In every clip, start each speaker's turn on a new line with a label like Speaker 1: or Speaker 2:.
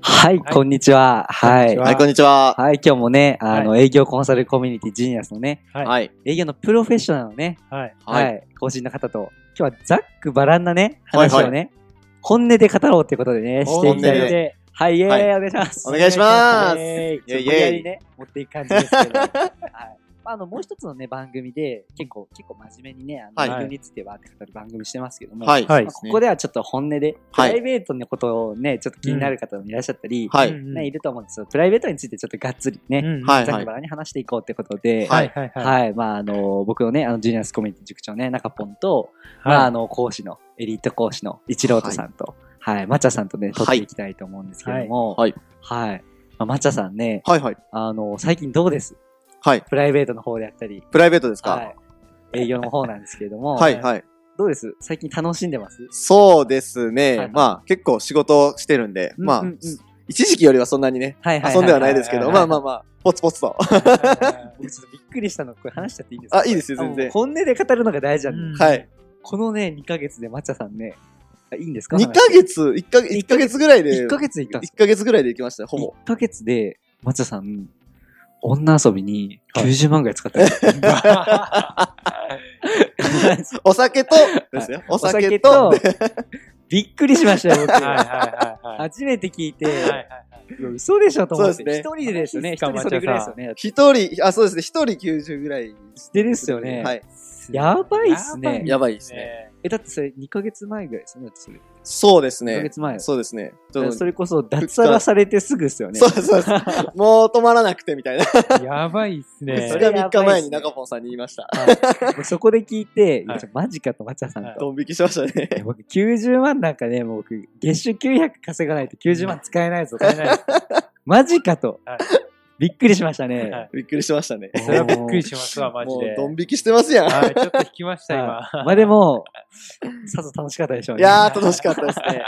Speaker 1: はい、こんにちは。はい。
Speaker 2: こん
Speaker 1: は、
Speaker 2: にちはいい、こんにちは。
Speaker 1: 今日もね、あの、営業コンサルコミュニティジニアスのね、
Speaker 3: はい
Speaker 2: はい。
Speaker 1: 営業のプロフェッショナルのね、
Speaker 3: はい。
Speaker 1: はい、
Speaker 2: はい。
Speaker 1: 後進の方と、今日はざっくばらんなね、
Speaker 2: はい
Speaker 1: 話をね、本音で語ろうということでね、していきたいので、はい、イェーイ、
Speaker 2: はい
Speaker 1: お願いします。
Speaker 2: お願いします
Speaker 1: イェーイ
Speaker 2: イェーイ
Speaker 1: 無理やりね、持っていく感じですけ ど。はいまああの、もう一つのね、番組で、結構、結構真面目にね、あ
Speaker 2: は
Speaker 1: の、
Speaker 2: い
Speaker 1: 営業についてはって語る番組してますけども、
Speaker 2: はい。
Speaker 3: はい
Speaker 1: まあここではちょっと本音で、プ
Speaker 2: はい
Speaker 1: ライベートのことをね、ちょっと気になる方もいらっしゃったり、
Speaker 2: は
Speaker 3: う
Speaker 2: い。
Speaker 3: ん
Speaker 1: ね、いると思うんですよ。プライベートについてちょっとがっつりね、
Speaker 3: うん
Speaker 2: はい
Speaker 1: ざっくばらんに話していこうってことで、
Speaker 2: は
Speaker 3: はいい。はい。
Speaker 1: はい、
Speaker 3: はい。
Speaker 1: まあ、あの、僕のね、あの、ジュニアスコミュニティ塾長ね、中ポンと、まあ、 あの、講師の、エリート講師の一郎とさんと、はい、マチャさんとね、撮っていきたいと思うんですけども、
Speaker 2: はい
Speaker 1: はい。まあ、マチャさんね、
Speaker 2: はいはい。
Speaker 1: あの、最近どうです
Speaker 2: はい。
Speaker 1: プライベートの方であったり、
Speaker 2: プライベートですか
Speaker 1: はい。営業の方なんですけれども、
Speaker 2: はいはい。
Speaker 1: どうです最近楽しんでます
Speaker 2: そうです
Speaker 1: はい
Speaker 2: ね。まあ、結構仕事してるんで、まあ
Speaker 1: うんうんうん、
Speaker 2: 一時期よりはそんなにね、
Speaker 1: はい
Speaker 2: 遊んではないですけ
Speaker 1: は
Speaker 2: ど、
Speaker 1: いは
Speaker 2: ま
Speaker 1: い
Speaker 2: あまあまあ、ポツポツと。
Speaker 1: 僕ちょっとびっくりしたの、これ話しちゃっていいんですか
Speaker 2: あいいですよ
Speaker 1: これ
Speaker 2: 全然
Speaker 1: あもう本音で語るのが大事なんで、
Speaker 3: うん
Speaker 2: はい。
Speaker 1: このね、2ヶ月で抹茶さんね、あいいんですか
Speaker 2: 2ヶ月、1ヶ月、一ヶ月ぐらいで、
Speaker 1: 1ヶ月で行ったんです
Speaker 2: 1ヶ月ぐらいで行きましたよ、ほ
Speaker 1: か
Speaker 2: ぼ。
Speaker 1: ?1 ヶ月で、抹茶さん、女遊びに90万ぐらい使ってる。
Speaker 2: お酒と、です よ。お
Speaker 1: お
Speaker 2: 酒と、、
Speaker 1: びっくりしましたよ、
Speaker 3: はい。
Speaker 1: 僕。
Speaker 3: はい。はい。
Speaker 1: 初めて聞いて、
Speaker 3: はい。
Speaker 1: いや嘘でしょと思って。
Speaker 2: そう
Speaker 1: 一
Speaker 2: ですね
Speaker 1: 人でですよね。
Speaker 3: いいっ
Speaker 1: 一
Speaker 3: すか
Speaker 1: 人それぐらいですよね。
Speaker 2: 一人、あ、そうですね、一人90ぐらい。
Speaker 1: してるっすよね。
Speaker 2: はい。
Speaker 1: やばいっすね
Speaker 2: やばいですね。
Speaker 1: え、だってそれ2ヶ月前ぐらいですよね。だってそれ。
Speaker 2: そうです
Speaker 1: 2ヶ
Speaker 2: ね。
Speaker 1: 月前。
Speaker 2: そうですね。ち
Speaker 1: だか
Speaker 2: ょっ
Speaker 1: ら
Speaker 2: と
Speaker 1: それこそ脱サラされてすぐですよね。
Speaker 2: そうそう そう。もう止まらなくてみたいな。
Speaker 3: やばいっすね。
Speaker 2: そ
Speaker 1: れ
Speaker 2: れ
Speaker 1: や
Speaker 2: が3
Speaker 1: ばいっすね
Speaker 2: 日前に中本さんに言いました。
Speaker 1: もうそこで聞いて、い
Speaker 3: はい
Speaker 1: やちょマジかと、マチャさんと。
Speaker 2: ドン引きしました
Speaker 1: いや
Speaker 2: ね。
Speaker 1: 僕90万なんかね、もう僕、月収900稼がないと90万使えないぞ。
Speaker 3: 買え ないっす
Speaker 1: マジかと。
Speaker 3: はい
Speaker 1: びっくりしましたね。
Speaker 3: はい
Speaker 2: びっくりしましたね。
Speaker 3: それはびっくりしますわ、マジ
Speaker 2: もう
Speaker 3: で。
Speaker 2: ドン引きしてますやん。い
Speaker 3: はい。ちょっと引きました、
Speaker 1: は
Speaker 3: 今。
Speaker 1: いまあでも、さぞ楽しかったでしょうね。
Speaker 2: やー、楽しかったですね。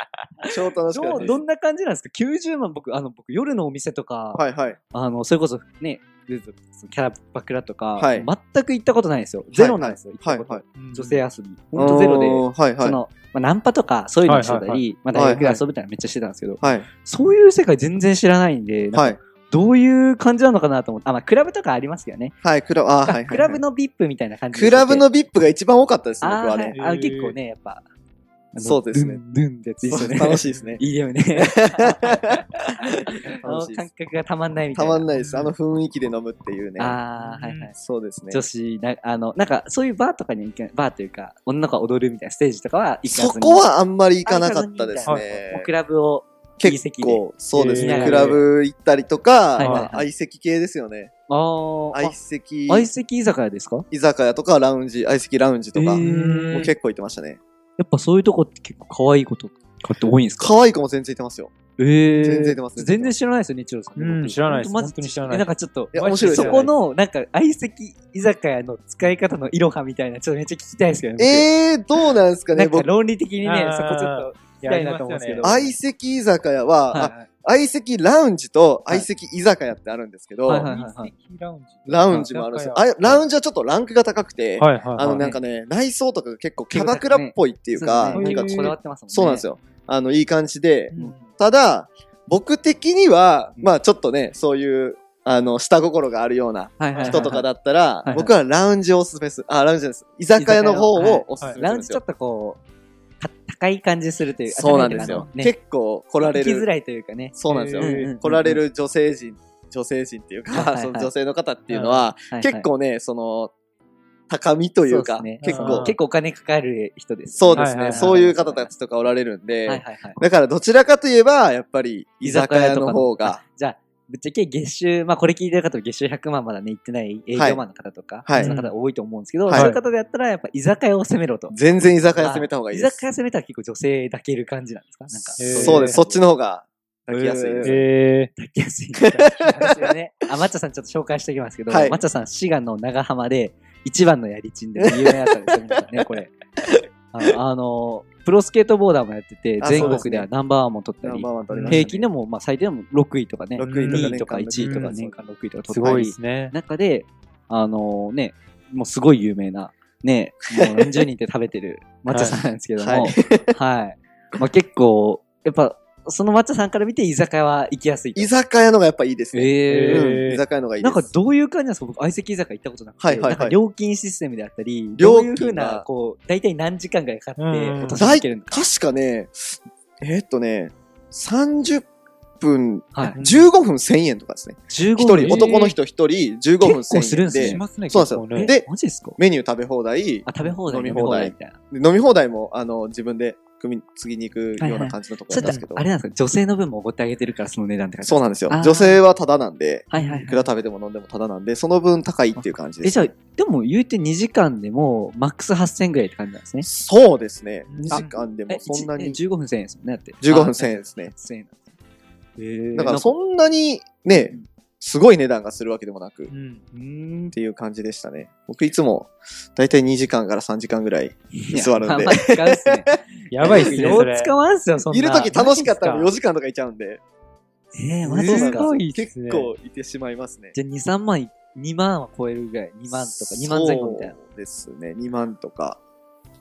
Speaker 2: 超楽しか
Speaker 1: ど
Speaker 2: った
Speaker 1: う
Speaker 2: です
Speaker 1: ど。んな感じなんですか ?90 万僕、あの、僕、夜のお店とか、
Speaker 2: はいはい。
Speaker 1: あの、それこそね、ルーズそのキャラバクラとか、
Speaker 2: はい
Speaker 1: 全く行ったことないんですよ。ゼロなんですよ。
Speaker 2: はい
Speaker 1: 行ったこ
Speaker 2: はい。
Speaker 1: と女性
Speaker 3: や。
Speaker 1: 遊び。ほんとゼロで、
Speaker 2: はいは
Speaker 1: そ
Speaker 2: い。
Speaker 1: の、まあ、ナンパとか、そういうのもしてたり、
Speaker 3: はいはい
Speaker 1: まあ、大学で遊ぶみたいなのめっちゃしてたんですけど、
Speaker 2: はい。
Speaker 1: そういう世界全然知らないんで、
Speaker 2: はい。
Speaker 1: どういう感じなのかなと思って、あ、まあ、クラブとかありますけどね。
Speaker 2: はい、クラブ、あーはいはい。
Speaker 1: クラブ、の VIP みたいな感じで
Speaker 2: クラブの VIP が一番多かったですね、
Speaker 1: あ
Speaker 2: 僕は
Speaker 1: ー、
Speaker 2: ね。
Speaker 1: はい、あ
Speaker 3: へー
Speaker 1: 結構ね、やっぱ。あの
Speaker 2: そうですね
Speaker 1: ドゥンドゥンってやつですよね。
Speaker 2: 楽しいですね。
Speaker 1: いいよ ね。あの感
Speaker 2: 楽しいです。
Speaker 1: 覚がたまんないみた
Speaker 2: た
Speaker 1: いな。
Speaker 2: まんないです。あの雰囲気で飲むっていうね。
Speaker 1: あー、はいはい。
Speaker 2: そうですね
Speaker 1: 女。子な、あの、なんか、そういうバーとかに行けバーというか、女の子が踊るみたいなステージとかは行かず
Speaker 2: そ
Speaker 1: に。
Speaker 2: こはあんまり行かなかったです
Speaker 3: あ行かずに
Speaker 1: もう
Speaker 2: ね
Speaker 1: ク。ラブを、いい
Speaker 2: 結
Speaker 1: 席で
Speaker 2: 構、そうです
Speaker 1: えー
Speaker 2: ね。クラブ行ったりとか、
Speaker 1: はいはいはい
Speaker 2: まあ相席系ですよね。
Speaker 1: あー
Speaker 2: 相席
Speaker 1: あ、相席居酒屋ですか
Speaker 2: 居酒屋とかラウンジ、相席ラウンジとか、
Speaker 1: え
Speaker 2: も
Speaker 1: ー
Speaker 2: う結構行ってましたね。
Speaker 1: やっぱそういうとこって結構可愛いことかって多いんですか
Speaker 2: 可愛い子も全然いてますよ。
Speaker 1: えー
Speaker 2: 全然出ますね
Speaker 1: 全然知らないですよ、日郎さん。
Speaker 3: うん知らないです本当に知らない
Speaker 1: えなんかちょっと
Speaker 2: い、や、面白いです
Speaker 1: そ
Speaker 2: よね。
Speaker 1: この、なんか、相席居酒屋の使い方のいろはみたいな、ちょっとめっちゃ聞きたいですけどね。
Speaker 2: えー、どうなんですか
Speaker 1: 僕な
Speaker 2: ね、
Speaker 1: んか
Speaker 2: 僕。
Speaker 1: 論理的にね、
Speaker 3: あー
Speaker 1: そこちょっと聞きたいなと思うんですけど。
Speaker 3: や
Speaker 2: 相席居酒屋は、あ
Speaker 1: は
Speaker 2: 相席ラウンジと
Speaker 1: はい
Speaker 2: 相席居酒屋ってあるんですけど、
Speaker 1: はい
Speaker 3: は
Speaker 1: はいい
Speaker 3: はいはい。ラウンジ。
Speaker 2: ラウンジもあるんですよ。
Speaker 3: は
Speaker 2: あラウンジはちょっとランクが高くて、
Speaker 3: いはい。
Speaker 2: あのなんかね、内装とかが結構キャバクラっぽいって
Speaker 1: い。
Speaker 2: いうか、
Speaker 1: そうですねな
Speaker 2: な
Speaker 1: んん
Speaker 2: か
Speaker 1: かこだわってますもんね。
Speaker 2: そうなんです
Speaker 1: よ。
Speaker 2: よ。あの、いい感じで
Speaker 3: う、ん、
Speaker 2: ただ、僕的には、
Speaker 1: うん
Speaker 2: まあちょっとね、そういう、あの、下心があるような
Speaker 1: はいはいはいはい。
Speaker 2: 人とかだったら
Speaker 1: い、はい
Speaker 2: 僕はラウンジをおすすめする。あ、ラウンジです。居酒屋の方をおすすめする
Speaker 1: ラウ
Speaker 2: ん
Speaker 1: ン
Speaker 2: で
Speaker 1: ジ
Speaker 2: す
Speaker 1: ちょ
Speaker 2: よ
Speaker 1: っ。とこう、た高い感じするという
Speaker 2: そうなんですよ。
Speaker 1: 結
Speaker 2: 結構来
Speaker 1: 構
Speaker 2: ら
Speaker 1: られ
Speaker 2: れ
Speaker 1: る。行きづ
Speaker 2: る。
Speaker 1: らいというかね。
Speaker 2: そうなんですよ
Speaker 3: へー。
Speaker 2: 来られる女性人、女性人っていう
Speaker 1: はいはい
Speaker 2: か、
Speaker 1: はい
Speaker 2: その女性の方っていうのは、
Speaker 1: はいはい
Speaker 2: 結構ね、その、高みという
Speaker 1: そ
Speaker 2: か
Speaker 1: うですね、
Speaker 2: 結
Speaker 1: う
Speaker 2: 構
Speaker 1: ん、結構お金かかる人です。
Speaker 2: そうで
Speaker 3: はい
Speaker 2: す
Speaker 3: はい
Speaker 2: ね。
Speaker 3: はい
Speaker 2: そういう方たちとかおられるん
Speaker 1: はいはいは
Speaker 2: で、
Speaker 1: い。
Speaker 2: だからどちらかといえば、やっぱり居酒屋の方が、。
Speaker 1: じゃあ、ぶっちゃけ月収、まあこれ聞いてる方も月収100万まだね、行ってない営業マンの方とか、
Speaker 2: はい
Speaker 1: その方多いと思うんですけど、
Speaker 2: はい
Speaker 1: そういう方でやったらやっぱ居酒屋を攻めろと。
Speaker 2: 全然居酒屋攻めた方がいいで
Speaker 1: 居
Speaker 2: す
Speaker 1: 酒。屋攻めたら結構女性抱ける感じなんですかなんか。
Speaker 3: へー
Speaker 2: そうです。そっちの方が抱きやすいです。
Speaker 3: え
Speaker 1: 抱きやすいみたいなんですよね。 あ、マッチャさんちょっと紹介しておきますけど、
Speaker 2: はい
Speaker 1: マッチャさん、滋賀の長浜で一番のやりちんで有名だったんですよ、皆さんね、これ。あの、あのプロスケートボーダーもやってて、
Speaker 2: あ
Speaker 1: 全
Speaker 2: そうで
Speaker 1: 国
Speaker 2: すね
Speaker 1: ではナンバーワンも取ったり、
Speaker 2: ワン取
Speaker 1: 平均でも、まあ、最低でも6位とかね、
Speaker 2: 6
Speaker 3: うん
Speaker 2: 位
Speaker 1: 2位
Speaker 2: と
Speaker 1: と
Speaker 2: か
Speaker 1: か
Speaker 2: 年間
Speaker 1: 1位とか
Speaker 3: うん
Speaker 1: 年間6位と
Speaker 3: ー、
Speaker 1: か取
Speaker 3: す
Speaker 1: った
Speaker 3: ごい
Speaker 1: り
Speaker 3: で、すね。
Speaker 1: 中で、あのね、もうすごい有名な、ね、もう何十人って食べてる抹茶さんなんですけども、はい。まあ結構、やっぱ、その抹茶さんから見て居酒屋は行きやすいと。
Speaker 2: 居酒屋のがやっぱいいですね。
Speaker 1: えー
Speaker 3: えー
Speaker 2: うん、居酒屋のがいいで
Speaker 1: なん
Speaker 2: す。
Speaker 1: かどういう感じなんですか僕、相席居酒屋行ったことなくて。
Speaker 2: はいはいはい
Speaker 1: なんか料金システムであったり、ど
Speaker 2: 料
Speaker 1: ういう
Speaker 2: 金が
Speaker 1: ふうな、こう、大体何時間ぐらいかかって
Speaker 3: うん
Speaker 1: 落としつけるのか。
Speaker 2: 確かね、えーっとね、30分、
Speaker 1: はい。
Speaker 2: 15分1000円とかですね。
Speaker 1: 15
Speaker 2: 一
Speaker 1: 分
Speaker 2: 人、
Speaker 3: えー
Speaker 2: 男の人一人15分
Speaker 1: 結構するん
Speaker 2: 1000円
Speaker 1: すね
Speaker 2: で
Speaker 3: し、ますね、
Speaker 2: そうな
Speaker 3: 結構ね
Speaker 2: んですよで
Speaker 1: えマジですか
Speaker 2: メニュー食べ放題、
Speaker 1: あ、食べ放題、
Speaker 2: 飲み
Speaker 1: 飲み
Speaker 2: 放
Speaker 1: 放題
Speaker 2: 題
Speaker 1: みたいな。
Speaker 2: で飲み放題も、あの、自分で組み、次に行くような感じのとこ
Speaker 1: それっ
Speaker 2: ろなん
Speaker 1: て
Speaker 2: ですけど。
Speaker 1: あれなんですか女性の分もおごってあげてるから、その値段って感じ
Speaker 2: そ
Speaker 1: な
Speaker 2: う
Speaker 1: ん
Speaker 2: なんですよ
Speaker 1: あー。
Speaker 2: 女性はタダなんで、
Speaker 1: はいはい
Speaker 2: い
Speaker 1: は
Speaker 2: く
Speaker 1: い。
Speaker 2: ら食べても飲んでもタダなんで、その分高いっていう感じで
Speaker 1: え、
Speaker 2: す。
Speaker 1: じゃあ、でも言うて2時間でも、マックス8000ぐらいって感じなんですね。
Speaker 2: そうですね。
Speaker 3: うん
Speaker 2: 2時間でも
Speaker 1: え、
Speaker 2: そんな
Speaker 1: 一え
Speaker 2: に、
Speaker 1: 15分1000円ですもんね、だって。
Speaker 2: 15分
Speaker 1: あ
Speaker 2: 1000円ですね。
Speaker 1: 1000円
Speaker 2: だからそ
Speaker 1: ん
Speaker 2: んなにね、すごい値段がするわけでもなく、っ
Speaker 3: うん。
Speaker 1: うん
Speaker 2: ていう感じでしたね。僕いつも、だいたい2時間から3時間ぐらい座るん
Speaker 1: まあ
Speaker 2: で
Speaker 1: まあ、使うっすね。
Speaker 3: やばいっすね、
Speaker 1: よ
Speaker 3: そうれ。
Speaker 1: 使わんすよ、そんな。
Speaker 2: いるとき楽しかったら
Speaker 3: マジっすか
Speaker 2: 4時間とかいちゃうんで、
Speaker 1: えー、
Speaker 3: マ
Speaker 1: マ
Speaker 3: ジ
Speaker 1: ジです
Speaker 3: っ
Speaker 1: す
Speaker 3: か
Speaker 1: か。
Speaker 3: ごいっす
Speaker 2: 結
Speaker 3: ね
Speaker 2: 構いてしまいますね。
Speaker 1: じゃあ2、3万い、2万は超えるぐらい。2万とか、2万前後みたいな。
Speaker 2: そうですね。2万とか。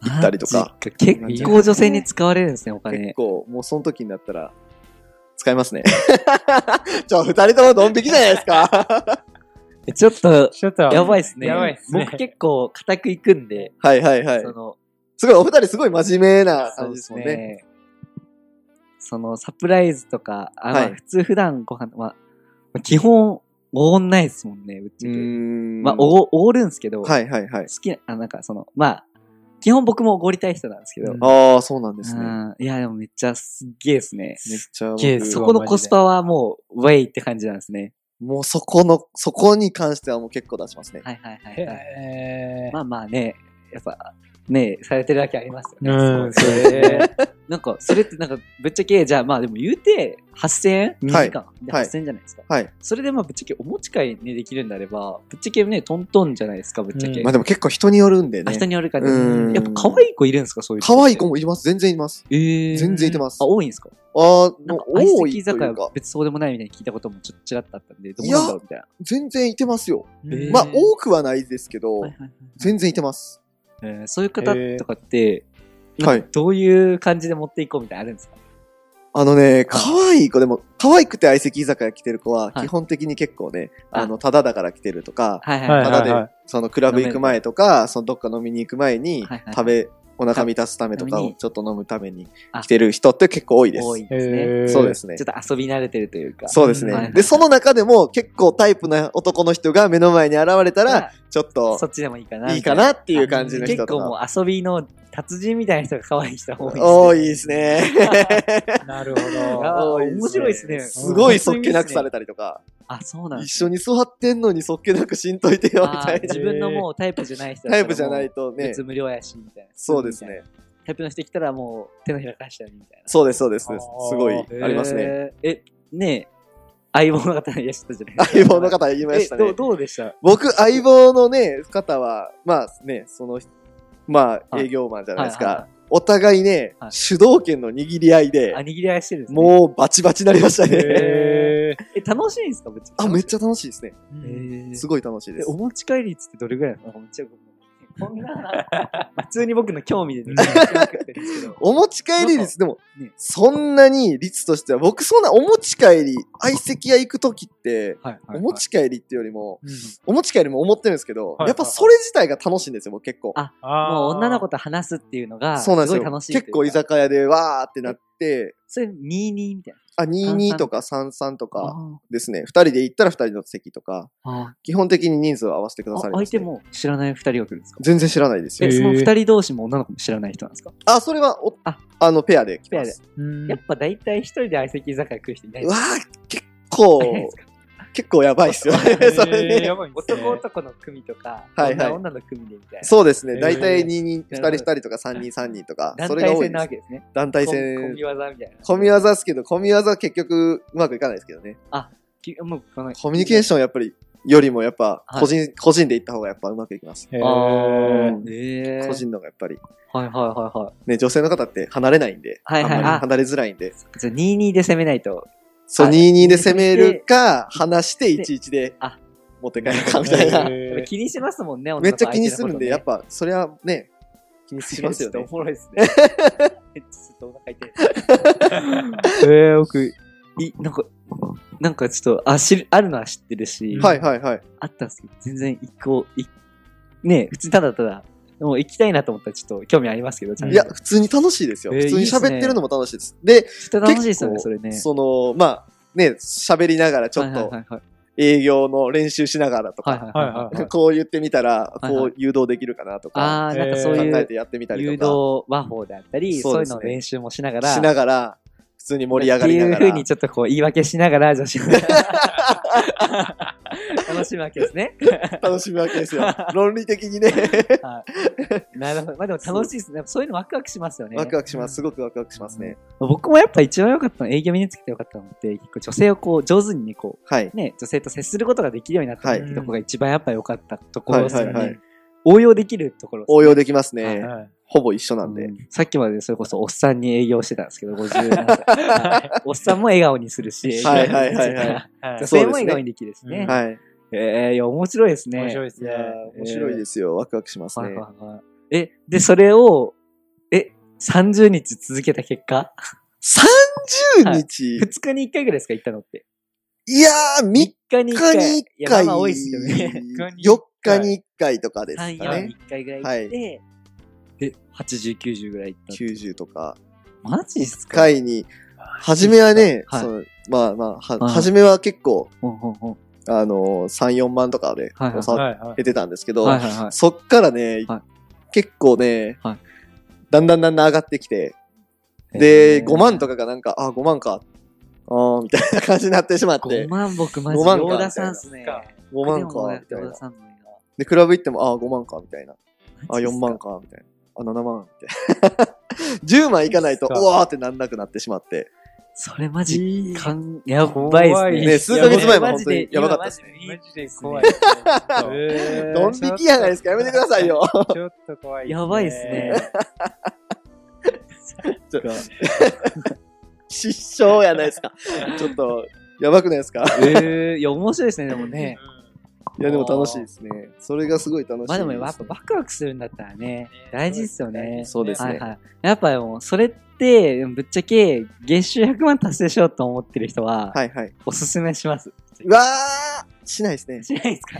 Speaker 2: 行ったりとか
Speaker 1: マジ。結構女性に使われるんですね、お
Speaker 2: 結
Speaker 1: 金。
Speaker 2: 構、もうその時になったら、使いますね。 ちょ、二人ともドン引きじゃないですか。
Speaker 1: えちょっと、
Speaker 3: ちょっと、
Speaker 1: やばいっすね。
Speaker 3: やばいっすね。
Speaker 1: 僕結構固くいくんで、
Speaker 2: はいはいはい
Speaker 1: そ。の、
Speaker 2: すごい、お二人すごい真面目な
Speaker 1: そ
Speaker 2: 感
Speaker 1: うで
Speaker 2: じですすもんね。
Speaker 1: ね。その、サプライズとか、あま
Speaker 2: は
Speaker 1: あ
Speaker 2: い
Speaker 1: 普通普段ご飯は、まあ基本、おごんないですもんね、ぶっ
Speaker 2: う
Speaker 1: ち
Speaker 2: ー
Speaker 1: ゃけ。
Speaker 2: ん
Speaker 1: まあ、おご、おごるんすけど、好
Speaker 2: はいはいはい。
Speaker 1: きな、あ、なんかその、まあ、基本僕もおごりたい人なんですけど、
Speaker 3: うん
Speaker 2: ああ、そうなんですね。
Speaker 1: うんいや、でもめっちゃすっげえですね。
Speaker 2: めっちゃ
Speaker 3: すっげえ
Speaker 2: 僕
Speaker 3: す
Speaker 1: そこのコスパはもう、ウェイって感じなんですね。
Speaker 2: もうそこの、そこに関してはもう結構出しますね。
Speaker 1: はいはいはい、はい。
Speaker 3: へ
Speaker 1: まあまあね、やっぱ、ね、されてるだけありますよね。
Speaker 3: ーうん、
Speaker 1: そ
Speaker 3: そうれ。
Speaker 1: なんか、それってなんか、ぶっちゃけ、じゃあまあでも言うて、8000円 ?2
Speaker 2: はい
Speaker 1: 時間で
Speaker 2: はい
Speaker 1: 8000円じゃないですか。
Speaker 2: はい。
Speaker 1: それでまあぶっちゃけお持ち帰りねできるんであれば、ぶっちゃけね、トントンじゃないですか、ぶっちゃけ。
Speaker 3: うん
Speaker 2: まあでも結構人によるんで
Speaker 1: あ人
Speaker 2: ね。
Speaker 1: によるから
Speaker 2: うん
Speaker 1: やっぱ可愛い子いるんですか、そういう人。
Speaker 2: 可愛い子もいます。全然います。
Speaker 1: えー
Speaker 2: 全然いてます
Speaker 1: あ、。多いんですか
Speaker 2: ああ、
Speaker 1: なん
Speaker 2: も
Speaker 1: か
Speaker 2: う、
Speaker 1: 相
Speaker 2: 多
Speaker 1: 席
Speaker 2: い
Speaker 1: 居
Speaker 2: と
Speaker 1: 酒
Speaker 2: い
Speaker 1: 屋
Speaker 2: うか、
Speaker 1: 別荘でもないみたいに聞いたこともちょっとちらっとあったんで、どうなんだろうみたいな。
Speaker 2: 全然いてますよ。
Speaker 1: うん
Speaker 2: まあ
Speaker 1: へー、
Speaker 2: 多くはないですけど
Speaker 1: はい、はいはい
Speaker 2: 全然いてます。
Speaker 1: えーそういう方とかって、
Speaker 2: えーはい
Speaker 1: どういう感じで持っていこうみたいなのあるんですか
Speaker 2: あのね、可愛い子、でも、可愛くて相席居酒屋来てる子は、
Speaker 1: はい
Speaker 2: 基本的に結構ね、
Speaker 1: はい
Speaker 2: あの、タダだから来てるとか、
Speaker 1: はいはい
Speaker 3: は
Speaker 1: はいい。
Speaker 2: タ
Speaker 1: は
Speaker 2: ダ
Speaker 3: はいはい
Speaker 2: で、そのクラブ行く前とか、そのどっか飲みに行く前に
Speaker 1: はいはい、
Speaker 2: 食べ、お腹満たすためとか
Speaker 1: ため
Speaker 2: を
Speaker 1: に
Speaker 2: ちょっと飲むために
Speaker 1: あ
Speaker 2: 来てる人って結構多いです。
Speaker 1: 多いですね。
Speaker 3: へー
Speaker 2: そうですね
Speaker 1: ちょ。っと遊び慣れてるというか。
Speaker 2: そうです
Speaker 1: はいは
Speaker 2: ね
Speaker 1: い。
Speaker 2: で、その中でも結構タイプな男の人が目の前に現れたら、ちょっと
Speaker 1: そっちでもいいかな。
Speaker 2: いいかなっていう感じの人
Speaker 1: 結
Speaker 2: と
Speaker 1: 構も
Speaker 2: か。
Speaker 1: う遊びの達人みたいな人が可愛い人が多いですね。
Speaker 2: 多いですね。
Speaker 3: なるほど。
Speaker 1: あー
Speaker 2: 多ですね
Speaker 1: 面白いですね
Speaker 2: すごいそっけなくされたりとか、
Speaker 1: あ、そうなん
Speaker 2: 一
Speaker 1: ですね
Speaker 2: 緒に座ってんのにそっけなくしんといてよみ
Speaker 1: あ
Speaker 2: たい
Speaker 1: ー
Speaker 2: な。
Speaker 1: 自分のもうタイプじゃない人だった
Speaker 2: タ
Speaker 1: ら
Speaker 2: イプじゃない
Speaker 1: も
Speaker 2: と
Speaker 1: う
Speaker 2: ね
Speaker 1: 別。無料やし、みたいな。
Speaker 2: そうですね。。
Speaker 1: タイプの人来たらもう手のひら返したりみたいな。
Speaker 2: そうです、そうです。す
Speaker 3: あー
Speaker 2: ごい、ありますね。
Speaker 1: えー。え、ねえ、相棒の方いらっしゃったじゃないですか。
Speaker 2: 相棒の方言いました
Speaker 1: えど
Speaker 2: ね
Speaker 1: う。どうでした
Speaker 2: 僕、相棒のね、方は、まあね、その、まあ、
Speaker 1: はい
Speaker 2: 営業マンじゃないです
Speaker 1: はいはい
Speaker 2: か
Speaker 1: は。
Speaker 2: お互いね
Speaker 1: はい、
Speaker 2: 主導権の握り合いで
Speaker 1: あ、、握り合いしてるんですね。
Speaker 2: もうバチバチになりましたね。
Speaker 3: へー
Speaker 1: え、楽しいんですかぶっちゃけ
Speaker 2: あ、めっちゃ楽しいですね。
Speaker 1: え
Speaker 2: すごい楽しいで
Speaker 1: えお
Speaker 2: す。
Speaker 1: 持ち帰りっつってどれぐらいなのめっちゃ僕こんな、 普通に僕の興味で
Speaker 3: う
Speaker 1: ね、
Speaker 3: ん
Speaker 1: 聞きまくってるんですけど。
Speaker 2: お持ち帰り率、でも
Speaker 1: ね、
Speaker 2: そんなに率としては、僕そんなお持ち帰り、相席屋行くときって、
Speaker 1: はい、
Speaker 2: お持ち帰りっていうよりも、
Speaker 3: うん
Speaker 2: お持ち帰りも思ってるんですけど、
Speaker 3: はい
Speaker 2: やっぱそれ自体が楽しいんですよ、僕結構。
Speaker 1: あ
Speaker 3: あー
Speaker 1: もう女の子と話すっていうのが、す
Speaker 2: そう
Speaker 1: ご
Speaker 2: なんです
Speaker 1: い
Speaker 2: よ。
Speaker 1: 楽しいというか。
Speaker 2: 結構居酒屋でわーってなって、
Speaker 1: それ、22みたい
Speaker 2: あ、22とか33と
Speaker 1: な。
Speaker 2: かですね。2人で行ったら2人の席とか、
Speaker 1: あ
Speaker 2: 基本的に人数を合わせてくだ
Speaker 1: あ
Speaker 2: さい、
Speaker 1: 相手も知らない二人が来るんですか
Speaker 2: 全然知らないです
Speaker 3: へ
Speaker 1: え、
Speaker 2: よ
Speaker 3: え。
Speaker 1: その二人同士も女の子も知らない人なんですか
Speaker 2: あ、それはお、
Speaker 1: あ
Speaker 2: あの、ペアで来てます。
Speaker 3: うん
Speaker 1: やっぱ大体一人で相席居酒屋来る人いないう
Speaker 2: わ
Speaker 1: です
Speaker 2: ー、結構
Speaker 1: いない です、
Speaker 2: 結構やばいっすよね。それ
Speaker 3: へー
Speaker 2: ね
Speaker 3: や。ばいっすね
Speaker 1: 男男の組とか、
Speaker 2: はいはい
Speaker 1: 女女の組でみたいな。
Speaker 2: そうです
Speaker 3: へ
Speaker 2: ね。
Speaker 3: ー
Speaker 2: 大体2人、
Speaker 1: な
Speaker 2: 2
Speaker 1: るほ
Speaker 2: 人
Speaker 1: ど
Speaker 2: 2人とか3人3人とか、
Speaker 1: 団
Speaker 2: それが
Speaker 1: 体
Speaker 2: 多い
Speaker 1: 戦な
Speaker 2: で
Speaker 1: わ
Speaker 2: す。
Speaker 1: けですね。
Speaker 2: 団体
Speaker 1: こんこ
Speaker 2: 戦
Speaker 1: ぎ。技みたいな。
Speaker 2: コミ技ですけど、コミ技結局うまくいかないですけどね。
Speaker 1: きもうこの
Speaker 2: コミュニケーションやっぱり、よりもやっぱ、
Speaker 1: はい
Speaker 2: 個人、個人で行った方がやっぱうまくいきます。
Speaker 3: へー
Speaker 1: あ
Speaker 2: う
Speaker 1: ー
Speaker 2: ん
Speaker 1: ええ
Speaker 2: 個人の方がやっぱり。
Speaker 1: はいはいはいはい。
Speaker 2: ね、女性の方って離れないんで、
Speaker 1: はいはい
Speaker 2: あんま
Speaker 1: あ
Speaker 2: り離れづらいんで、
Speaker 1: じゃあ22で攻めないと。
Speaker 2: そう、
Speaker 1: はい
Speaker 2: 22で攻めるか、話して11で
Speaker 1: あ
Speaker 2: 持って帰るかみたいな。
Speaker 3: へー
Speaker 1: 気にしますもんね、
Speaker 2: めっちゃ気にするんで、やっ
Speaker 1: ぱ
Speaker 2: ぱ、それはね、気にしますよ
Speaker 1: お
Speaker 2: ね。
Speaker 1: もろいですね。ちょっとお腹痛い。
Speaker 3: えー、僕、
Speaker 1: い、なんか、なんかちょっと、あ、知る、あるのは知ってるし、
Speaker 2: はいはいはい。
Speaker 1: あったんですけど、全然一個、い、ねえ普通にただただ、もう行きたいなと思ったらちょっと興味ありますけど、ちゃんと。
Speaker 2: いや、普通に楽しいですよ。
Speaker 1: えー
Speaker 2: 普通に喋ってるのも楽しいです。で、
Speaker 1: ちょっと楽しいですよね、
Speaker 2: 結
Speaker 1: そ
Speaker 2: 構
Speaker 1: れね。
Speaker 2: その、まあ、ね、喋りながらちょっと
Speaker 1: はいはい
Speaker 2: 営業の練習しながらと
Speaker 1: はい。
Speaker 2: か、
Speaker 1: は
Speaker 3: はい
Speaker 1: はい
Speaker 3: い
Speaker 1: はい。
Speaker 3: はいはい。
Speaker 2: こう言ってみたら、
Speaker 1: はいは
Speaker 2: こ
Speaker 1: いう
Speaker 2: 誘導できるかなとか、
Speaker 1: ああ、なんか
Speaker 2: 考
Speaker 1: そうい
Speaker 2: え
Speaker 1: う
Speaker 2: てやってみた
Speaker 1: 誘
Speaker 2: りと
Speaker 1: 導和法であったり、そ
Speaker 2: そ
Speaker 1: うう
Speaker 2: で
Speaker 1: い
Speaker 2: すね
Speaker 1: うのを練習もしなが、
Speaker 2: からしながら、普通に盛り上がりなが
Speaker 1: っていうふう
Speaker 2: ら
Speaker 1: に。ちょっとこう言い訳しながら女子を 楽しむわけですね。
Speaker 2: 楽しむわ けですよ。論理的にね、
Speaker 1: なるほど。まあでも楽しいですね。やっぱそういうのワクワクしますよね。
Speaker 2: ワクワクします。すごくワクワクしますね。
Speaker 1: 僕もやっぱ一番良かったの、営業身につけて良かったのって、結構女性をこう上手にね、こ
Speaker 2: はい。
Speaker 1: う、ね、女性と接することができるようになったって
Speaker 2: はい
Speaker 1: いうところが一番やっぱ良かったところですよね。
Speaker 2: はいはいはい
Speaker 1: 応用できるところですね
Speaker 2: 応用できますね。
Speaker 3: はい
Speaker 2: ほぼ一緒なんで。
Speaker 1: うんさっきまでそれこそおっさんに営業してたんですけど、57歳。 はいおっさんも笑顔にするし、
Speaker 2: はいはいはいはい
Speaker 1: 営業にするし
Speaker 3: はい
Speaker 1: 女性も笑顔にできるしね。
Speaker 3: うん
Speaker 2: はい。
Speaker 1: ええいや、面白いですね。
Speaker 3: 面白いです
Speaker 2: い
Speaker 3: ね
Speaker 2: や。ー面白いですよ。ワクワクします
Speaker 1: はい
Speaker 2: ね。
Speaker 1: はいはい。え、で、それを、え、30日続けた結果
Speaker 2: 30日
Speaker 1: ?2 日に1回ぐらいですか行ったのって。
Speaker 2: いやー、3
Speaker 1: 3日に
Speaker 2: 日
Speaker 1: 1回。い
Speaker 2: に1
Speaker 1: や、まあ
Speaker 2: 回。
Speaker 1: まあ多いですけどね。
Speaker 2: 4日に1回とかです
Speaker 1: 3、
Speaker 2: か
Speaker 1: 4
Speaker 2: ね
Speaker 1: に。1回ぐらい行って、で、80、90ぐらい行った。
Speaker 2: 90とか。
Speaker 1: マジっすか
Speaker 2: 回に、初めはね、
Speaker 1: はい
Speaker 2: そのまあまあ、は、
Speaker 1: はい
Speaker 2: 初めは結構、
Speaker 1: ほんほんほん
Speaker 2: あのー、3、4万とかで
Speaker 1: はいはい
Speaker 2: 収
Speaker 3: はいは
Speaker 2: めてたんですけど、
Speaker 1: はいはいはい。
Speaker 2: そっからね、
Speaker 1: は
Speaker 2: 結構ね、
Speaker 1: はい
Speaker 2: だんだんだんだん上がってきて、で、5万
Speaker 1: と
Speaker 2: とかがなんか、あ、5万か、あーみたいな感じになってしまって
Speaker 1: 5、万僕マジ
Speaker 2: 5万か
Speaker 1: ヨーダさんっすね。
Speaker 2: 5万か、み
Speaker 1: で
Speaker 2: た
Speaker 1: もヨー
Speaker 2: いな
Speaker 1: ダ。さんの映
Speaker 2: で、クラブ行っても、あ、5万か、みたいな。あ、
Speaker 1: 画マジっすか
Speaker 2: 4万か、みたいな。あ、7万、みたいな。10万いかないと、
Speaker 3: マジっす
Speaker 2: う
Speaker 3: か
Speaker 2: わーってなんなくなってしまって。
Speaker 1: それマジ、
Speaker 3: い。
Speaker 1: かん、やばいっすね。
Speaker 2: ね数ヶ月前は
Speaker 1: マ
Speaker 2: 本
Speaker 1: ジ
Speaker 2: 当に
Speaker 1: で
Speaker 2: やばかったっす
Speaker 1: 今
Speaker 3: マ
Speaker 1: マジ
Speaker 3: ジ
Speaker 1: で
Speaker 3: で
Speaker 1: 怖
Speaker 3: 怖
Speaker 1: い
Speaker 3: い
Speaker 1: っ
Speaker 3: ですす
Speaker 1: ね。
Speaker 3: ね。えー
Speaker 2: ドン引きやないですか、やめてくださいよ。
Speaker 3: ちょっと怖いね。
Speaker 1: やばいっすね。
Speaker 2: 失笑やないで すか。ちょっと、やばくないですか
Speaker 1: ええいや、面白いですね、でもね。
Speaker 2: いや、でも楽しいですね。それがすごい楽しいです。
Speaker 1: まあでも、やっぱワクワクするんだったらね、大事ですよね。
Speaker 2: そうですね
Speaker 1: はいはい。やっぱもう、それって、でもぶっちゃけ、月収100万達成しようと思ってる人は、
Speaker 2: はいはい。
Speaker 1: おすすめします。
Speaker 2: うわーしないですね。
Speaker 1: しないですか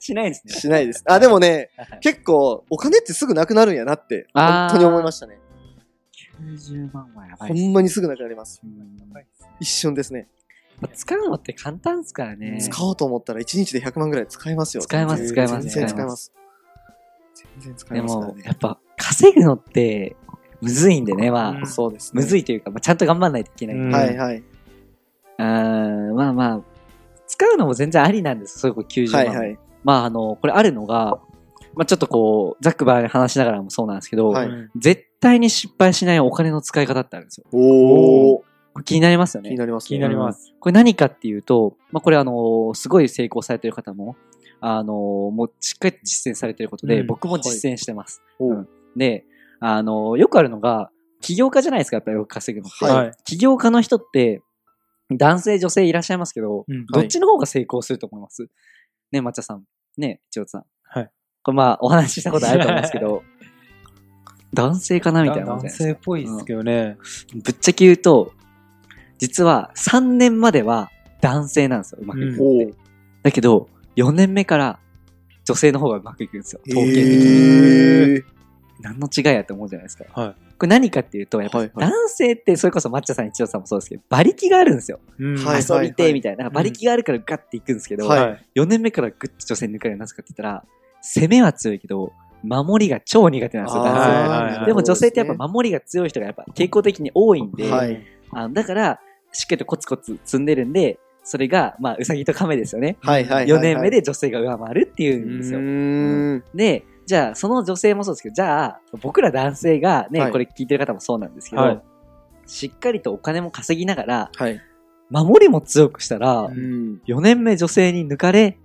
Speaker 1: しないですね。
Speaker 2: しないです。あ、でもね、
Speaker 1: はい
Speaker 2: 結構、お金ってすぐなくなるんやなって、
Speaker 1: あ
Speaker 2: 本
Speaker 1: ー
Speaker 2: 当に思いましたね。
Speaker 1: 90万はやばい
Speaker 2: ほ
Speaker 1: っす。
Speaker 2: んまにすぐなくなります。
Speaker 1: うんやっ
Speaker 2: 一瞬ですね。
Speaker 1: ぱ使うのって簡単ですからね。
Speaker 2: 使おうと思ったら1日で100万ぐらい使えますよ。
Speaker 1: 使えます
Speaker 2: 全
Speaker 3: 使え
Speaker 2: 然
Speaker 3: ます
Speaker 2: 全然
Speaker 3: 使
Speaker 2: 使
Speaker 3: え
Speaker 2: え
Speaker 1: ま
Speaker 2: ます。全然使え
Speaker 1: で
Speaker 2: ますから
Speaker 1: も、や
Speaker 2: ね。
Speaker 1: っぱ、稼ぐのって、むずいんでね、まあ、
Speaker 3: うん
Speaker 2: そうですね。
Speaker 1: むずいというか、まあ、ちゃんと頑張らないといけない。
Speaker 3: う
Speaker 1: うん
Speaker 2: はいはい。
Speaker 1: ん、まあまあ、使うのも全然ありなんです、それこそ90万
Speaker 2: はい
Speaker 1: も。
Speaker 2: はい。
Speaker 1: まあ、あの、これあるのが、まあちょっとこう、ザックバーで話しながらもそうなんですけど、
Speaker 2: は
Speaker 3: う
Speaker 2: い
Speaker 3: ん
Speaker 1: 絶対に失敗しないお金の使い方ってあるんですよ。
Speaker 2: おー。
Speaker 1: これ気になりますよ
Speaker 2: 気に
Speaker 1: ね。
Speaker 2: なります
Speaker 3: 気になります。
Speaker 1: これ何かっていうと、まあこれあの、すごい成功されてる方も、あの、もうしっかりと実践されてることで、
Speaker 3: うん
Speaker 1: 僕も実践してます。
Speaker 2: お
Speaker 1: うんで、あの、よくあるのが、起業家じゃないですか、やっぱりよく稼ぐのって。
Speaker 2: はい
Speaker 3: はい。
Speaker 1: 起業家の人って、男性、女性いらっしゃいますけど、
Speaker 3: うん
Speaker 1: どっちの方が成功すると思いますね、抹茶さん。ね、千代さん。
Speaker 3: はい。
Speaker 1: これまあ、お話ししたことあると思うんですけど、男性かなみたいなもんじゃない
Speaker 3: 男
Speaker 1: です
Speaker 3: 性っぽいですけどね。
Speaker 1: か。ぶっちゃけ言うと、実は3年までは男性なんですよ、うまくいくのって。
Speaker 2: うんおう
Speaker 1: だけど、4年目から女性の方がうまくいくんですよ。統計的に。
Speaker 2: えー
Speaker 1: 何の違いやって思うじゃないですか。
Speaker 3: はい
Speaker 1: これ何かっていうと、やっぱ
Speaker 2: はいはい
Speaker 1: 男性って、それこそ抹茶さん、一郎さんもそうですけど、馬力があるんですよ。
Speaker 3: うん
Speaker 2: はい
Speaker 1: 遊びてみたいな。なんか馬力があるからガッていくんですけど、
Speaker 2: はい
Speaker 1: 4年目からグッと女性に抜かれるようになぜかって言ったら、攻めは強いけど、守りが超苦手なんですよ、
Speaker 3: あー
Speaker 1: 男性は。
Speaker 3: はいはいはい
Speaker 1: でも女性ってやっぱ守りが強い人がやっぱ傾向的に多いんで、
Speaker 2: はい
Speaker 1: あのだから、しっかりとコツコツ積んでるんで、それが、まあ、うさぎと亀ですよね。
Speaker 2: はいはいはい。
Speaker 1: 4年目で女性が上回るっていうんですよ
Speaker 2: う。ーん。
Speaker 1: で、じゃあ、その女性もそうですけど、じゃあ、僕ら男性がね、
Speaker 2: はい
Speaker 1: これ聞いてる方もそうなんですけど、
Speaker 3: はい
Speaker 1: しっかりとお金も稼ぎながら、
Speaker 2: はい。
Speaker 1: 守りも強くしたら、
Speaker 2: うん。
Speaker 1: 4年目女性に抜かれ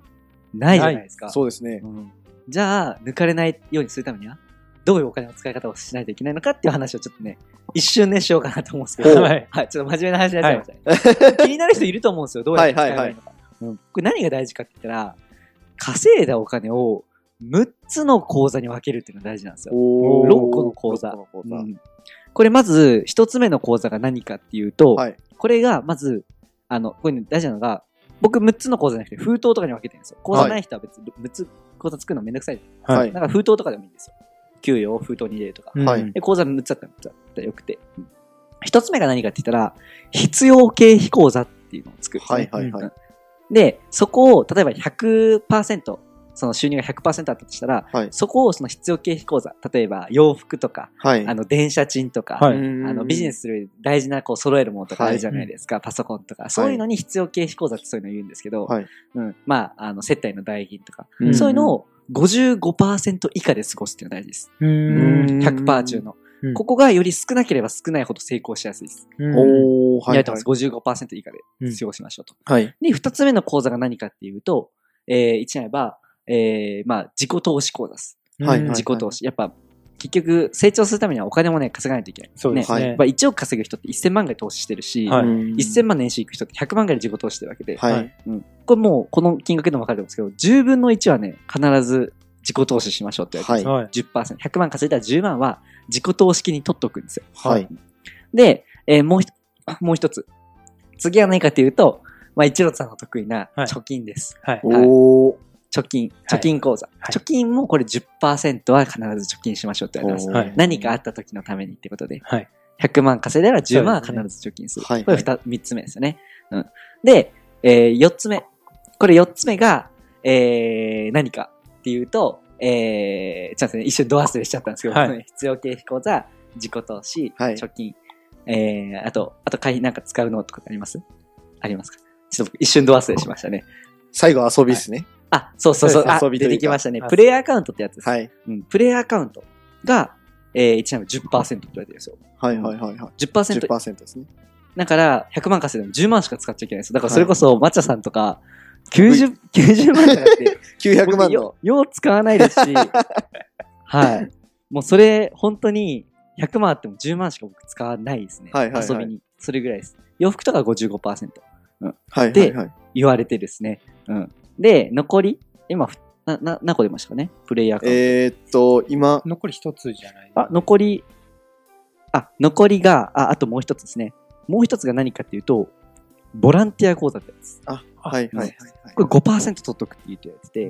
Speaker 1: ないじゃないですか。
Speaker 2: そうですね。
Speaker 1: うんじゃあ、抜かれないようにするためには、どういうお金の使い方をしないといけないのかっていう話をちょっとね、一瞬ね、しようかなと思うんですけど、
Speaker 2: ほう
Speaker 1: は
Speaker 3: はいい、
Speaker 1: ちょっと真面目な話になっちゃいましたね。気になる人いると思うんですよ、どうやって使えばいいのか。うんこれ何が大事かって言ったら、稼いだお金を6つの口座に分けるっていうのが大事なんですよ。
Speaker 2: お
Speaker 1: 六個の口座
Speaker 2: 六個の口
Speaker 1: うんこれまず、一つ目の講座が何かっていうと、
Speaker 2: はい
Speaker 1: これがまず、あの、これね大事なのが、僕6つの講座じゃなくて封筒とかに分けてるんですよ。講座ない人は別に6つ講座作るのめんどくさい。
Speaker 2: は
Speaker 1: なんか封筒とかでもいいんですよ。給与を封筒に入れるとか。
Speaker 3: うん
Speaker 2: はい
Speaker 1: で、講座6つだったら6つだったらよくて。一つ目が何かって言ったら、必要経費講座っていうのを作るんですね、
Speaker 2: はいはいはい。
Speaker 1: で、そこを、例えば100%、その収入が100%あったとしたら、
Speaker 2: はい
Speaker 1: そこをその必要経費講座、例えば洋服とか、
Speaker 2: はい。
Speaker 1: あの、電車賃とか、
Speaker 3: はい
Speaker 1: あ
Speaker 2: あ
Speaker 1: のビジネ
Speaker 2: ス。
Speaker 1: スする大事なこう揃えるものとか
Speaker 2: は
Speaker 1: あ
Speaker 2: い
Speaker 1: るじゃないですか、パソコンとか、そういうのに必要経費口座ってそういうの言うんですけど、
Speaker 2: はい
Speaker 1: うん、まああの接待の代金とか、
Speaker 3: うん
Speaker 1: そういうのを55%以下で過ごすっていうのが大事です、
Speaker 3: う
Speaker 1: うんん、100%中の、
Speaker 3: うん
Speaker 1: ここがより少なければ少ないほど成功しやすいです、
Speaker 3: うん
Speaker 2: おー、
Speaker 1: は、
Speaker 2: はいい。
Speaker 1: やってます55%以下で過ごしましょうと、
Speaker 2: はい。
Speaker 1: で2つ目の口座が何かっていうと、えー、1枚は、えーまあ、自己投資口座です
Speaker 2: はい
Speaker 1: 自己投資、やっぱ結局成長するためにはお金もね稼がないといけない
Speaker 3: そうです
Speaker 2: はい
Speaker 3: ね
Speaker 1: やっ。ぱ1億稼ぐ人って1000万ぐらい投資してるし、
Speaker 3: はい
Speaker 1: 1000万年収いく人って100万ぐらい自己投資してるわけで、
Speaker 2: は
Speaker 3: はいい。
Speaker 1: うんこれもうこの金額でも分かると思うんですけど、10分の1はね、必ず自己投資しましょうって言われて
Speaker 2: はい。
Speaker 3: はい。
Speaker 1: ます、10%。100万稼いだら10万は自己投資金に取っておくんですよ。
Speaker 2: はい。
Speaker 1: で、えーもうひ もう一つ。次は何かっていうと、まあ、一郎さんの得意な
Speaker 3: はい
Speaker 1: 貯金です。
Speaker 3: はい。
Speaker 2: おー。
Speaker 1: 貯金、貯金口座。
Speaker 3: はい
Speaker 1: 貯金もこれ10%は必ず貯金しましょうって言われてます。
Speaker 3: はい
Speaker 2: おー
Speaker 1: 何かあった時のためにってことで。
Speaker 3: はい。
Speaker 1: 100万稼いだら10万は必ず貯金する。
Speaker 2: はい
Speaker 1: これ 3, 三つ目ですよね。うん、で、えー、4つ目。これ4つ目が、えー、何かっていうと、えー、ちょっとね、一瞬ド忘れしちゃったんですけど、
Speaker 3: はい
Speaker 1: 必要経費口座、自己投資、
Speaker 2: はい
Speaker 1: 貯金、えー、あと、あと会費なんか使うのとかありますありますかちょっと僕一瞬ド忘れしましたね。
Speaker 2: 最後遊びですね。
Speaker 1: あ、そうそうそう、
Speaker 2: そうで
Speaker 1: あ
Speaker 2: す遊びと
Speaker 1: 出
Speaker 2: いうか
Speaker 1: てきましたね。
Speaker 3: あ
Speaker 1: プレイヤーアカウントってやつです。
Speaker 2: はい。
Speaker 1: うん、プレイヤーアカウントが、えー、1年10%って言われてるんですよ。
Speaker 2: はいはいはいはい。
Speaker 1: 10%
Speaker 2: 10%ですね。
Speaker 1: だから、100万稼いでも10万しか使っちゃいけないんですよ。だからそれこそ、抹茶さんと か、90、90万とかって、
Speaker 2: 900万の
Speaker 1: よ。よう使わないです し、はい。もうそれ、本当に、100万あっても10万しか僕使わないですね。
Speaker 2: はいはいはい
Speaker 1: 遊びに。それぐらいです。洋服とか55%
Speaker 2: はいは
Speaker 1: で
Speaker 2: いはい。
Speaker 1: 言われてですね。うん。で、残り、今、ふな、な、何個出ましたかねプレイヤーか、
Speaker 2: えーっと、今、
Speaker 3: 残り一つじゃない
Speaker 1: あ、残り、あ、残りが、あ、あともう一つですね。もう一つが何かっていうと、ボランティア講座ってやつ。
Speaker 2: はいはいはい。
Speaker 1: これ5%取っとくって言ってやってて、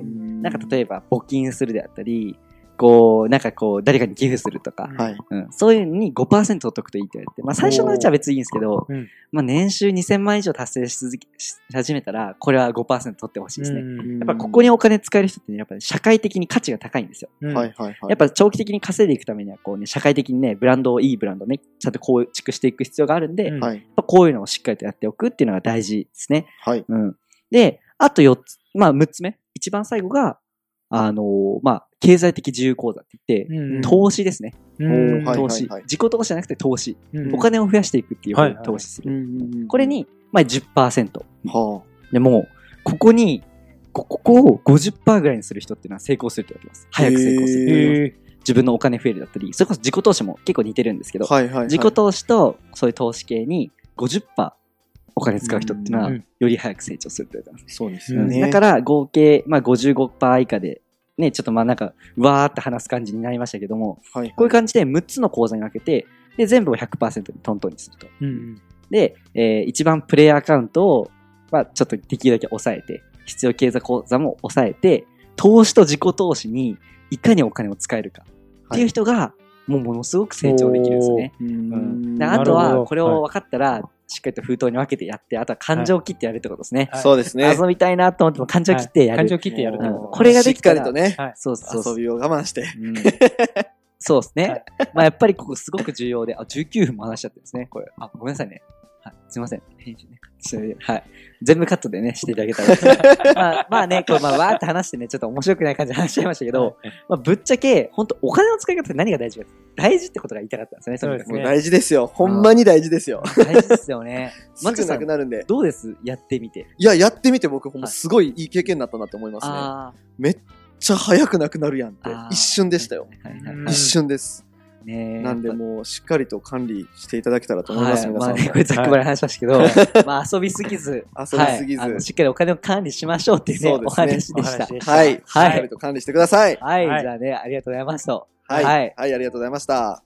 Speaker 1: な
Speaker 2: な
Speaker 1: んか例えば募金するであったり、こう、なんかこう、誰かに寄付するとか、
Speaker 2: はい。
Speaker 1: うん、そういうのに5%取っとくといいって言われて、まあ最初のうちは別にいいんですけど、
Speaker 3: うん
Speaker 1: まあ年収2000万以上達成し続け、し始めたら、これは5%取ってほしいですね。
Speaker 3: ね。
Speaker 1: やっぱここにお金使える人ってね、やっぱ、社会的に価値が高いんですよ。
Speaker 3: うん
Speaker 2: はい。はいはい。
Speaker 1: やっぱ長期的に稼いでいくためには、こうね、社会的にね、ブランドを、いいブランドをね、ちゃんと構築していく必要があるんで、
Speaker 3: う
Speaker 1: やっ
Speaker 3: ん
Speaker 2: はい
Speaker 1: ぱこういうのをしっかりとやっておくっていうのが大事ですね。
Speaker 2: はい。
Speaker 1: うん。で、あと4つ、まあ6つ目。一番最後が、あのーまあ、経済的自由講座って言って、
Speaker 3: うん
Speaker 1: 投資ですね。
Speaker 3: うん
Speaker 2: はい
Speaker 1: 投資、
Speaker 2: はい
Speaker 1: 自己投資じゃなくて投資。
Speaker 3: うん
Speaker 1: お金を増やしていくっていう方
Speaker 3: はい
Speaker 1: に投資する。こ
Speaker 2: こ
Speaker 1: れ、に、まあ10%。
Speaker 2: は
Speaker 1: でも、ここに、こここを50%ぐらいにする人っていうのは成功するって言われてます。早く成功するって言われてます。
Speaker 3: へえ
Speaker 1: 自分のお金増えるだったり、それこそ自己投資も結構似てるんですけ
Speaker 2: あ
Speaker 1: ど、
Speaker 2: はいはいはい。
Speaker 1: 自己投資とそういう投資系に50%お金使う人っていうのは
Speaker 3: うんうん、
Speaker 1: より早く成長するって言われてます。
Speaker 2: そうです
Speaker 3: よね
Speaker 1: だから合計、まあ、55%以下で、ね、ちょっとまあなんか、うわーって話す感じになりましたけども、
Speaker 2: ら、はい。
Speaker 1: こういう感じで6つの講座に分けて、で、全部を100%にトントンにすると。
Speaker 3: うん
Speaker 1: で、えー一番プレイヤーアカウントを、まあ、ちょっとできるだけ抑えて、必要経済講座も抑えて、投資と自己投資にいかにお金を使えるかっていう人が、もうものすごく成長できるんですね。
Speaker 2: う
Speaker 1: うんん、で
Speaker 2: な
Speaker 3: る
Speaker 1: あ
Speaker 3: ほ
Speaker 1: と
Speaker 3: ど
Speaker 1: は、これを分かったら、しっかりと封筒に分けてやって、あとは感情を切ってやるってことですね。
Speaker 3: はい
Speaker 2: そうですね。
Speaker 1: 遊びたいなと思っても感情切ってやる。
Speaker 3: 感情切ってやる
Speaker 1: う
Speaker 3: と
Speaker 1: んこれができたら
Speaker 2: しっかりとね、
Speaker 3: はい
Speaker 1: そうそうそう
Speaker 2: 遊びを我慢して。
Speaker 1: うん そうですね。
Speaker 3: はい
Speaker 1: まあやっぱりここすごく重要で、あ、19分も話しちゃってですね、これ。あ、ごめんなさいね。はい、すいません。編集ね。すいませんはい。全部カットでね、していただけたら。まあ、まあね、こう、まあ、わーって話してね、ちょっと面白くない感じで話しちゃいましたけど、まあ、ぶっちゃけ、本当お金の使い方って何が大事かって大事ってことが言いたかったんですね、の時
Speaker 3: そう
Speaker 2: もう
Speaker 3: で
Speaker 2: 大事ですよ。ほんまに大事ですよ。
Speaker 1: 大事ですよね。
Speaker 2: すぐなくなるんで。
Speaker 1: どうですやってみて。
Speaker 2: いや、やってみて僕、ほんま
Speaker 1: はい
Speaker 2: すごいいい経験になったなって思いますね。めっ
Speaker 1: あ
Speaker 2: ちゃ早くなくなるやんって
Speaker 1: あ。ー
Speaker 2: 一瞬でしたよ。
Speaker 1: あ。はいはいは
Speaker 3: うん
Speaker 1: い
Speaker 2: 一瞬です。
Speaker 1: ねえ
Speaker 2: なんでもう、しっかりと管理していただけたらと思い
Speaker 1: は
Speaker 2: ます、
Speaker 1: い、
Speaker 2: 皆
Speaker 1: ま
Speaker 2: さ
Speaker 1: あ
Speaker 2: ん。
Speaker 1: ね、こ れざっくばらんに話しましたけど、まあ遊びすぎず、
Speaker 2: 遊びすぎず
Speaker 1: はいあのしっかりお金を管理しましょうっていうね、
Speaker 2: そう
Speaker 1: お
Speaker 2: ですね
Speaker 1: 話でした。
Speaker 2: はい。しっ
Speaker 1: はい
Speaker 2: かりと管理してください。
Speaker 1: はい、
Speaker 3: はい
Speaker 1: じゃあね、ありがとうございました。
Speaker 2: はい。
Speaker 1: はい
Speaker 2: はい、ありがとうございました。